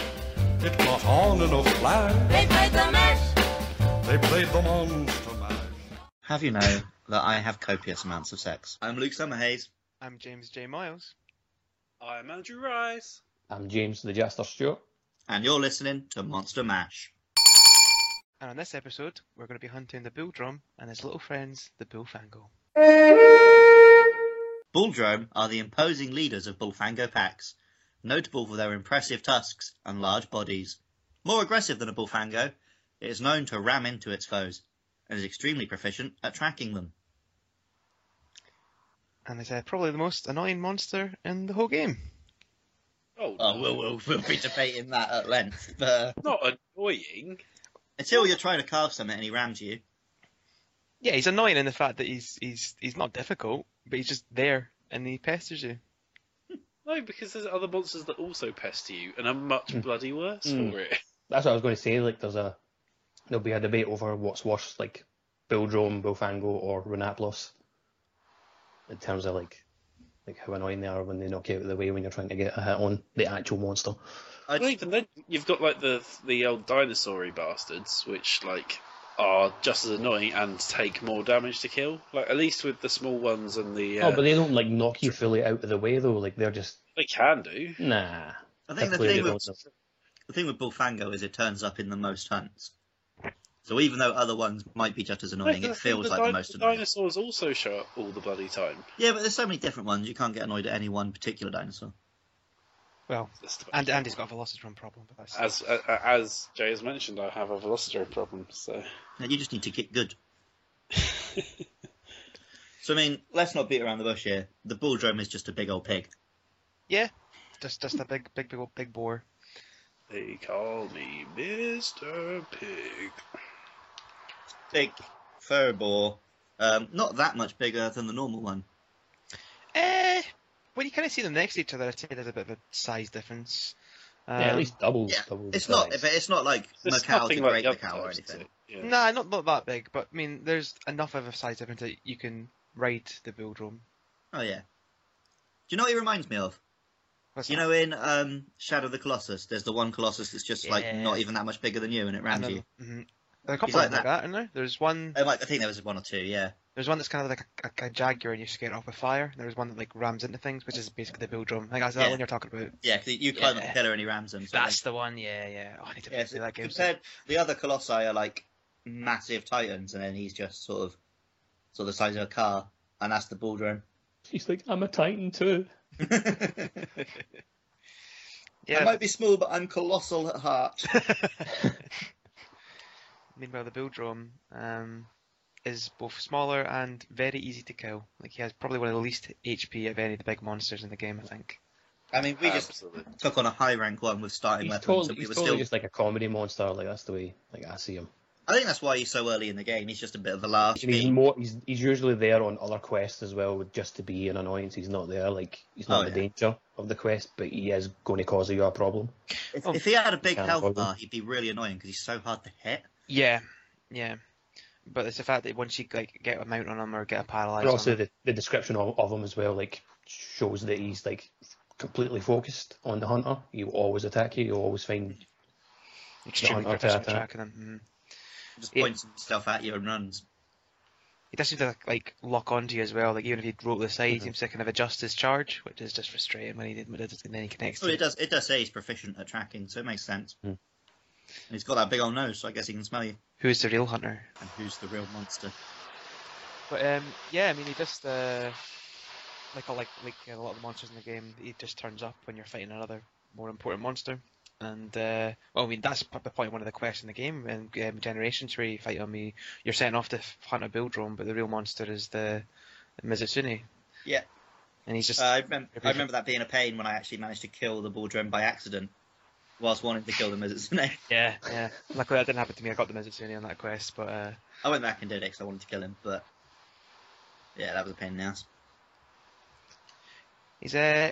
It was on in a flash. They played the mash. They played the monster mash. Have you know that I have copious amounts of sex? I'm Luke Summerhays. I'm James J. Miles. I'm Andrew Rice. I'm James the Jester Stewart. And you're listening to Monster Mash. And on this episode, we're going to be hunting the bull drum and his little friends, the bullfangle. Bulldrome are the imposing leaders of Bullfango packs, notable for their impressive tusks and large bodies. More aggressive than a Bullfango, it is known to ram into its foes and is extremely proficient at tracking them. And he's uh, probably the most annoying monster in the whole game. Oh, Oh, we'll, we'll, we'll be debating that at length, but uh, not annoying. until you're trying to carve something and he rams you, Yeah, he's annoying in the fact that he's he's he's not difficult, but he's just there and he pesters you. No, because there's other monsters that also pester you and are much Hmm. bloody worse Mm. for it. That's what I was going to say. Like, there's a there'll be a debate over what's worse, like Bildrome, Bofango, or Renaplos, in terms of like like how annoying they are when they knock you out of the way when you're trying to get a hit on the actual monster. I Well, even then, you've got like the the old dinosaur bastards, which like are just as annoying and take more damage to kill. Like at least with the small ones and the uh, Oh, but they don't like knock you fully out of the way though. Like they're just they can do. nah. I think the Definitely thing, they with, don't, the thing with Bullfango is it turns up in the most hunts. So even though other ones might be just as annoying, it That's the thing, feels the like di- the most the annoying. dinosaurs also show up all the bloody time. Yeah, but there's so many different ones, you can't get annoyed at any one particular dinosaur. Well, That's the- and and he's got a velocitron problem, but that's as uh, as Jay has mentioned, I have a velociraptor problem. So No, You just need to get good. So, I mean, let's not beat around the bush here. The Bulldrome is just a big old pig. just just a big big big old big bore. they call me Mister Pig. Big fur boar. Um, not that much bigger than the normal one. Eh, when you kind of see them next to each other, I'd say there's a bit of a size difference. Um, yeah, at least double. yeah, double the It's not, size. but it's not like It's Macau to nothing like Great the other Macau or types, is anything. it? Yeah. Nah, not not that big, but I mean, there's enough of a size difference that you can ride the bull drum. Oh yeah. Do you know what he reminds me of? What's You that? know, in um, Shadow of the Colossus, there's the one Colossus that's just like Yeah. not even that much bigger than you, and it And rams then- you. mhm. There are a couple like of them like that, aren't there? There's one. Um, like, I think there was one or two. Yeah. There's one that's kind of like a, a, a jaguar, and you scare it off with fire. There's one that like rams into things, which is basically the bull drum. Like that's that Yeah. one you're talking about. Yeah, 'cause you climb up Yeah. the pillar and he rams them. So That's the one. Yeah, yeah. Oh, I need to like, yeah, play so that game. compared, the other Colossi are like massive titans, and then he's just sort of sort of the size of a car, and that's the ball drone. He's like, I'm a Titan too. I yeah. might be small, but I'm colossal at heart. Meanwhile, the bull drum um, is both smaller and very easy to kill. Like he has probably one of the least HP of any of the big monsters in the game, I think. I mean, we Um, just Absolutely. took on a high rank one with starting He's weapons, totally, and we he's were totally still. just like a comedy monster. Like that's the way like I see him. I think that's why he's so early in the game. He's just a bit of a laugh. And he's being- more. He's, he's usually there on other quests as well, with- just to be an annoyance. He's not there. Like he's not Oh, in yeah. the danger of the quest, but he is going to cause you a problem. If, Oh. if he had a big Can't health bother. bar, he'd be really annoying because he's so hard to hit. Yeah, yeah. But it's the fact that once you like get a mount on him or get a But paralyzed, also the, the description of, of him as well, like shows that he's like completely focused on the hunter. He will always attack you. You'll always find. extremely No, not proficient that, at uh, tracking them. mhm. Just Yeah. points himself at you and runs. He does seem to like lock onto you as well. Like even if he roll to the side, he Mhm. seems to kind of adjust his charge, which is just frustrating when he did, when he does it and then he connects. Oh, to it does. It does say he's proficient at tracking, so it makes sense. Hmm. And he's got that big old nose, so I guess he can smell you. Who's the real hunter? And who's the real monster? But um, yeah, I mean, he just uh, like a, like like uh, a lot of the monsters in the game, he just turns up when you're fighting another more important monster. And uh, well, I mean, that's p- the point of one of the quests in the game. And um, generations where you fight him, you, you're setting off to f- hunt a bull drone, but the real monster is the, the Mizutsune. Yeah. And he's just Uh, I, remember, I remember that being a pain when I actually managed to kill the ball drone by accident, whilst wanting to kill them as its name. yeah yeah. Luckily, that didn't happen to me. I got the Mizutsune on that quest, but uh, I went back and did it because I wanted to kill him, but yeah, that was a pain in the ass. he's uh,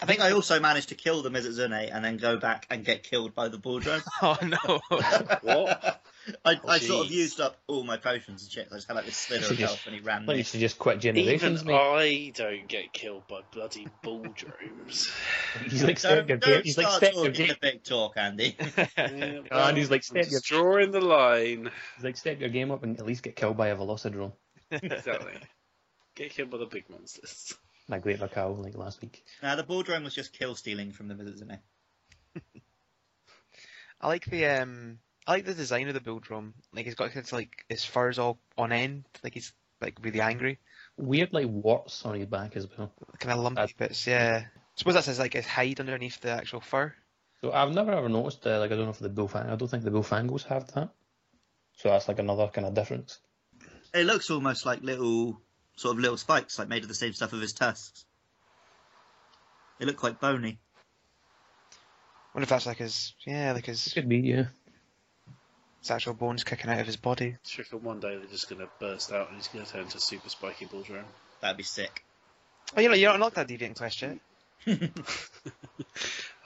I think I also managed to kill the Mizutsune and then go back and get killed by the ball drone. oh no. What? I, I Jeez. sort of used up all my potions and shit. I just had like this slither of Jeez. health and he ran Like me. you should just quit generations, Even I mate. don't get killed by bloody baldrooms. He's like step Don't, your don't game. He's like start step your talking game. the big talk, Andy. Yeah, God, he's like, I'm step your- just drawing the line. He's like step your game up and at least get killed by a velocidrome. Exactly. Get killed by the big monsters. My great cow like last week. now the ballroom was just kill stealing from the visitors, isn't it? I like the um, I like the design of the build room. Like he's got his like his fur's all on end. Like he's like really angry, Weird like warts on his back as well. kind of lumpy That's- bits. Yeah, suppose that's his like his hide underneath the actual fur. So I've never ever noticed uh, like I don't know if the bullfang I don't think the bullfangos have that. So that's like another kind of difference. It looks almost like little sort of little spikes, like made of the same stuff of his tusks. They look quite bony. wonder if that's like his yeah, like his, Could be, yeah. his actual bones kicking out of his body. Trick on one day they're just gonna burst out and he's gonna turn to super spiky baldroom. That'd be sick. Oh, you know, you're not unlocked that deviant quest yet.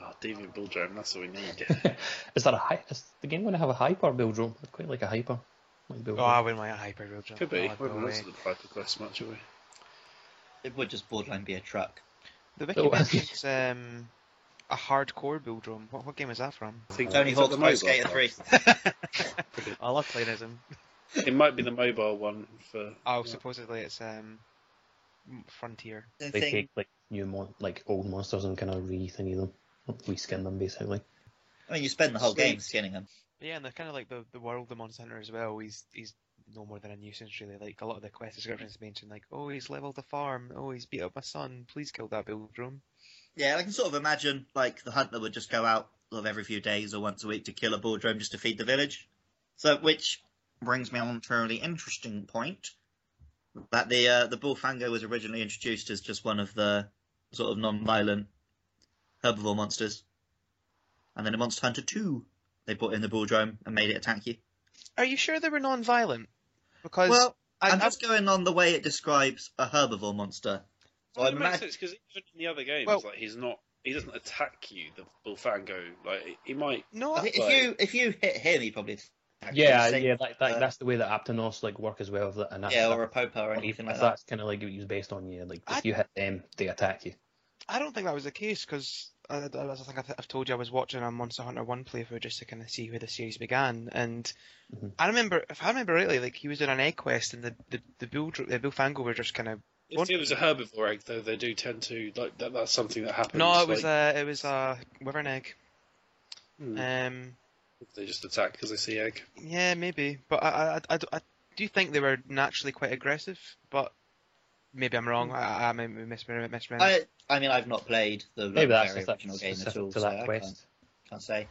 Oh, deviant baldroom, that's what we need. is that a high? Is the game going to have a hyper build room? I'd quite like a hyper. Like build Oh, I wouldn't want a hyper real Could be. Oh, we no haven't way. answered the Piper quest much, have we? Oh, It would just borderline be a truck. The wiki Oh, okay. mentions um, a hardcore build room. What, what game is that from? I think Tony Oh, is that Hawk's the Pro mobile Skater one? 3. I love plagiarism. It might be the mobile one for. Oh, Yeah. supposedly it's um, m- Frontier. The they thing- take like new mon- like old monsters and kind of re thingy them, reskin them basically. I mean, you spend the whole Sweet. game skinning them. But yeah, and they're kind of like the, the world of Monster Hunter as well. He's he's no more than a nuisance really. Like a lot of the quest descriptions mention like, oh, he's leveled the farm. Oh, he's beat up my son. Please kill that build room. Yeah, I can sort of imagine like the hunter would just go out sort of every few days or once a week to kill a boardroom just to feed the village. So, which brings me on to a really interesting point that the uh, the bullfango was originally introduced as just one of the sort of non-violent herbivore monsters, and then in Monster Hunter Two they brought in the bullroom and made it attack you. Are you sure they were non-violent? Because Well, I, I'm I, just going on the way it describes a herbivore monster. So Well, I'm it makes imagin- sense because even in the other games, Well- like he's not, he doesn't attack you. The bullfango, like he might. no, I think if Right. you if you hit him, he probably attack you. Yeah, Same- yeah, that, that, uh, that's the way that Aptonos like work as well. if that- And that's, yeah, or a popo or anything like that's, that. kind of like what he was based on. Yeah, like I- if you hit them, they attack you. I don't think that was the case because I, I, I think I've, I've told you I was watching a Monster Hunter One playthrough just to kind of see where the series began, and Mhm. I remember if I remember rightly, like he was doing an egg quest, and the the the bull dro- the bullfango were just kind of If it was a herbivore egg, though, they do tend to like that. That's something that happens. no, it was like, a it was a wyvern egg. hmm, Um, they just attack because they see egg. yeah, maybe, but I I, I, I do think they were naturally quite aggressive, but maybe I'm Hmm. wrong. I, I, I may be misremembering. misremembering. I, I mean, I've not played the Maybe that's very just like, original game at specific all, so to that I can't, quest. can't say.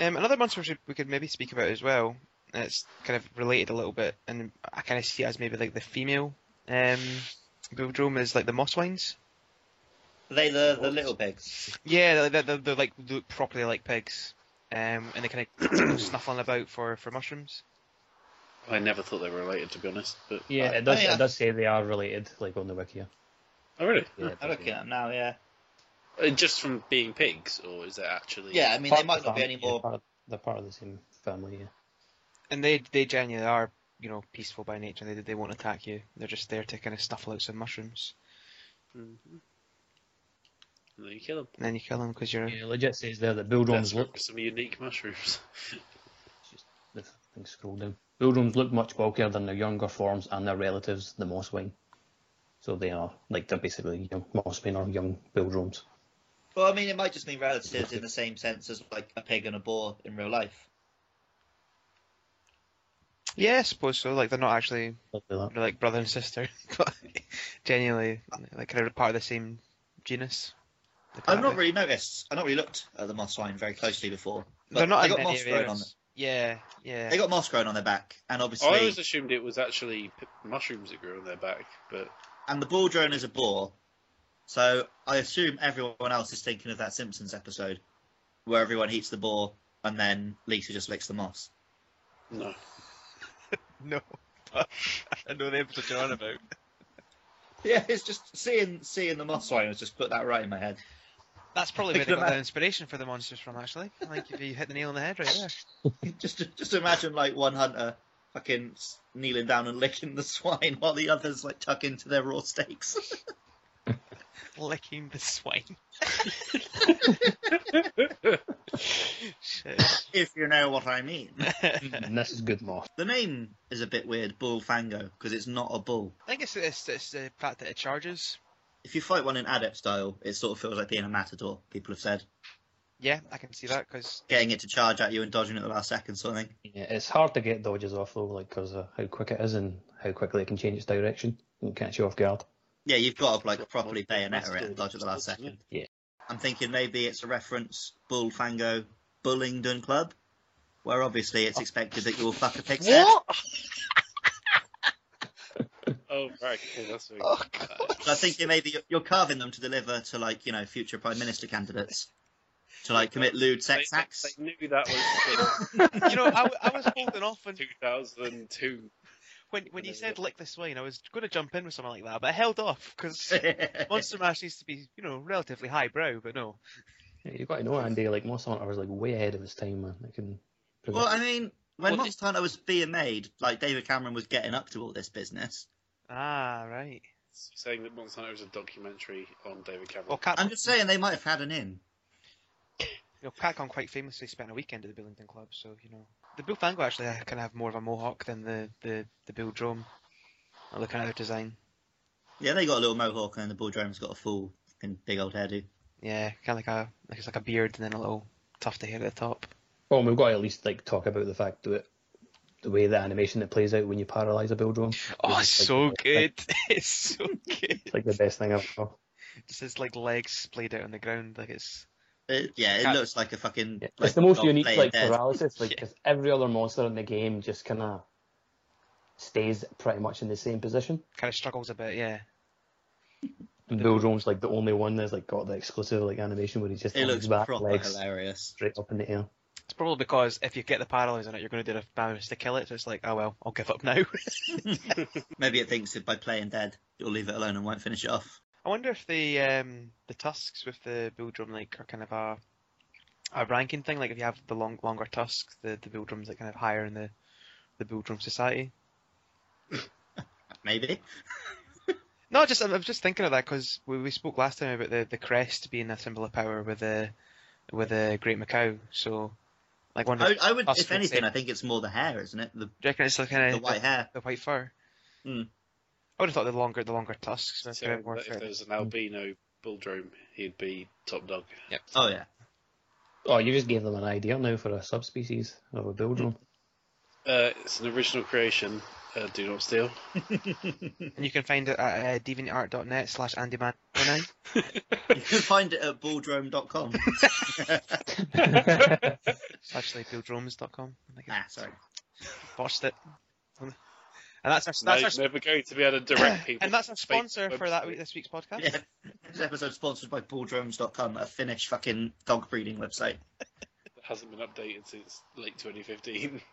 Um, another monster we, should, we could maybe speak about as well. and It's kind of related a little bit, and I kind of see it as maybe like the female um, Bildrome is like the moss wines. Are they the, the What? little pigs? Yeah, they're, they're, they're like look properly like pigs, um, and they kind of snuffling about for, for mushrooms. I never thought they were related, to be honest. But Yeah, I- it does. I mean, I- It does say they are related, like on the wiki. Yeah, oh really? Yeah, it I'm does, looking yeah. at them now, yeah. Uh, Just from being pigs, or is that actually? Yeah, I mean, they Part might of the not be fam- any yeah, more. part of- they're part of the same family. Yeah. And they they genuinely are you know peaceful by nature. They they won't attack you. They're just there to kind of snuffle out some mushrooms, Mhm. And then you kill them. and then you kill them because you're Yeah, legit says there that Bildrums That's look. some unique mushrooms. The thing scroll down. Bildrums look much bulkier than their younger forms and their relatives, the mosswing. So they are like they're basically young mosswing or young Bildrums. Well, I mean, it might just mean relatives in the same sense as like a pig and a boar in real life. yeah, I suppose so. Like they're not actually Look at that. They're like brother and sister, but genuinely, like kind of part of the same genus. Like I've that, not like- really noticed. I've not really looked at the moss swine very closely before. But They're not they in got many moss growing on. areas. Yeah, yeah. They got moss growing on their back, and obviously, I always assumed it was actually p- mushrooms that grew on their back, but and the ball drone is a boar. So I assume everyone else is thinking of that Simpsons episode where everyone eats the boar and then Lisa just licks the moss. no. no. I know the episode you're on about. Yeah, it's just seeing seeing the moss swine has just put that right in my head. That's probably where Think they got about- their inspiration for the monsters from, actually. I think if you hit the nail on the head right there. just just imagine like one hunter fucking s- kneeling down and licking the swine while the others like tuck into their raw steaks. Licking the swine. Shit. if you know what I mean. I And this is good moss. the name is a bit weird, Bull Fango, because it's not a bull. think it's, it's, it's the fact that it charges. If you fight one in adept style, it sort of feels like being a matador. People have said Yeah, I can see that because getting it to charge at you and dodging at the last second, sort of thing. Yeah, it's hard to get dodges off though, like because of how quick it is and how quickly it can change its direction and catch you off guard. Yeah, you've got to like That's properly what- bayonet that's it and good. dodge at the last That's good, second. yeah. Yeah. I'm thinking maybe it's a reference Bull Fango Bullingdon Club, where obviously it's expected that you will fuck a pig's head. Oh, right. Okay, that's very Oh, good. So I think it maybe you're carving them to deliver to like you know future prime minister candidates to like commit lewd They, sex acts. they knew that was you know, I, w- I was holding off in when 2002. when, when you Yeah. said lick the swine. I was going to jump in with something like that, but I held off because Monster Mash needs to be you know relatively highbrow, but no. Yeah, you got to know Andy, like Moss Hunter was like way ahead of his time, man. It can. well, I mean, when Well, the- Monster Hunter was being made, like David Cameron was getting up to all this business. Ah, right. Saying that Monsanto was a documentary on David Cameron. Oh, Well, Cat, I'm just saying they might have had an in. you know, CatCon quite famously spent a weekend at the Billington Club, so you know the Bullfango actually kind of have more of a mohawk than the the the Bill Drum. I'm Looking at their design, Yeah, they got a little mohawk and the bull has got a full fucking big old hairdo. yeah, kind of like a like it's like a beard and then a little tuft of hair at the top. Well, and we've got to at least like talk about the fact that the way the animation that plays out when you paralyze a build drone, Oh, it's it's so like- good! It's so good. it's like the best thing ever. Just his like legs splayed out on the ground, like it's It, yeah, it Cat- looks like a fucking. Yeah, like, it's the most dog unique playing like dead. paralysis, like Yeah. because every other monster in the game just kind of stays pretty much in the same position. kind of struggles a bit, yeah. And Mm-hmm. Bill Drone's like the only one that's like got the exclusive like animation where he just It hangs looks back proper legs hilarious. straight up in the air. It's probably because if you get the paralysis on it, you're going to do the damage to kill it. So it's like, oh well, I'll give up now. Maybe it thinks that by playing dead, you'll leave it alone and won't finish it off. I wonder if the um, the tusks with the bill drum like are kind of a a ranking thing. Like if you have the long longer tusk, the the bill drum's like kind of higher in the the bill drum society. Maybe. No, just I'm, I'm just thinking of that because we, we spoke last time about the, the crest being a symbol of power with the with the great Macau. So like one, I, do I would, Us if would anything, say- I think it's more the hair, isn't it? The, you reckon it's like kind the of white hair. the white fur. Hmm. I would have thought the longer the longer tusks. So would have been more that if fair. there was an Mm. albino bulldrome, he'd be top dog. Oh yeah. Oh, you just gave them an idea now for a subspecies of a Bill Drone. Uh, it's an original creation. Uh, do not steal. And you can find it at uh, deviantart.net slash andyman. You can find it at bulldrome.com. actually builddrones.com. I think I ah, sorry. botched it. And that's our, That's that's our never going to be able to direct people. and that's our to fake sponsor for that website. week, this week's podcast. Yeah. This episode sponsored by bulldromes.com, a Finnish fucking dog breeding website. That hasn't been updated since late 2015.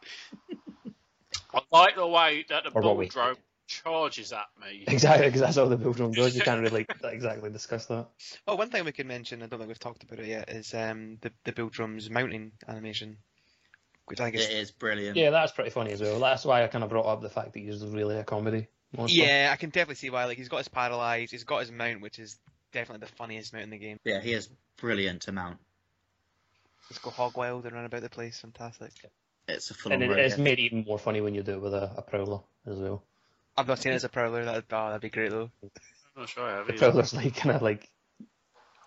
I like the way that the Or what we- bulldrome charges at me. exactly, because that's all the Bill Drone does. You can't really like, exactly discuss that. Oh, one thing we can mention, I don't think we've talked about it yet, is um, the the Builddrums mounting animation, which I think It is is brilliant. Yeah, that's pretty funny as well. That's why I kind of brought up the fact that he's really a comedy monster. yeah, I can definitely see why. Like he's got his paralyzed, he's got his mount, which is definitely the funniest mount in the game. Yeah, he is brilliant to mount. Just go hog wild and run about the place, fantastic. It's a full and on it, it's road. made even more funny when you do it with a, a prowler as well. I've not seen it as a prowler. That'd, oh, that'd be great though. I'm not sure I have The either. prowler's like kind of like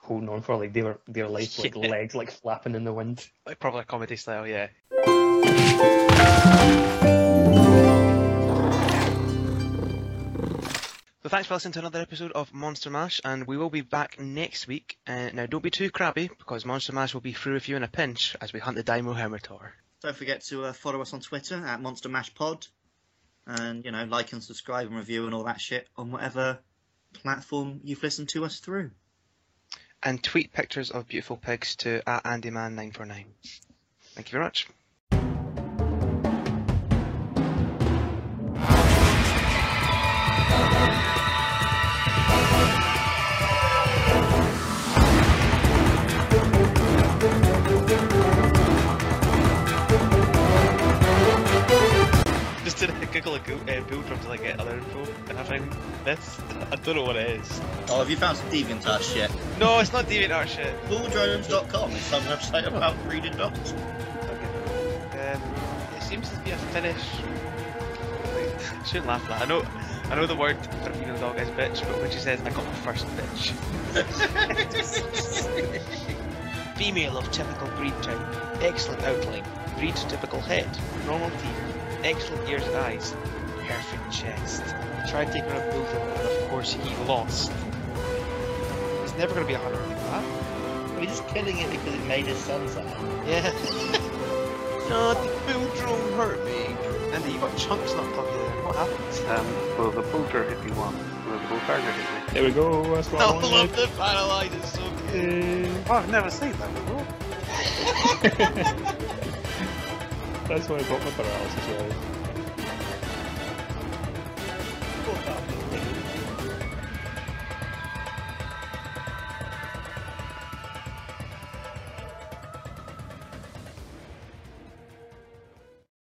holding on for like their their life, like Yeah. legs like flapping in the wind. Like probably comedy style, yeah. So thanks for listening to another episode of Monster Mash, and we will be back next week. Uh, now don't be too crabby, because Monster Mash will be through with you in a pinch as we hunt the Daimo Hermitor. Don't forget to uh, follow us on Twitter at Monster Mash Pod. And, you know, like and subscribe and review and all that shit on whatever platform you've listened to us through. And tweet pictures of beautiful pigs to at AndyMan949. Thank you very much. uh, don't know what it is. Oh, have you found some DeviantArt shit? No, it's not DeviantArt shit. Bulldrones.com is some website about reading novels. Um, it seems to be a Finnish. Wait, Shouldn't laugh at that. I know, I know the word for female dog is bitch, but when she says I got my first bitch. Female of typical breed type, excellent outline, breed typical head, normal teeth, excellent ears and eyes, perfect chest. Tried taking her a bulldog, and of course he lost. It's never going to be a hunter like that. We're just killing it because it made his son sad. Yeah. no, the bull drone hurt me. And you got chunks not plugged in. What happened? Um, well, the Bulger hit me once. The Bulger hit me. There we go. That's what I wanted. the paralyzed. It's so good. Oh, I've never seen that before. That's what I got my paralysis right. What happened?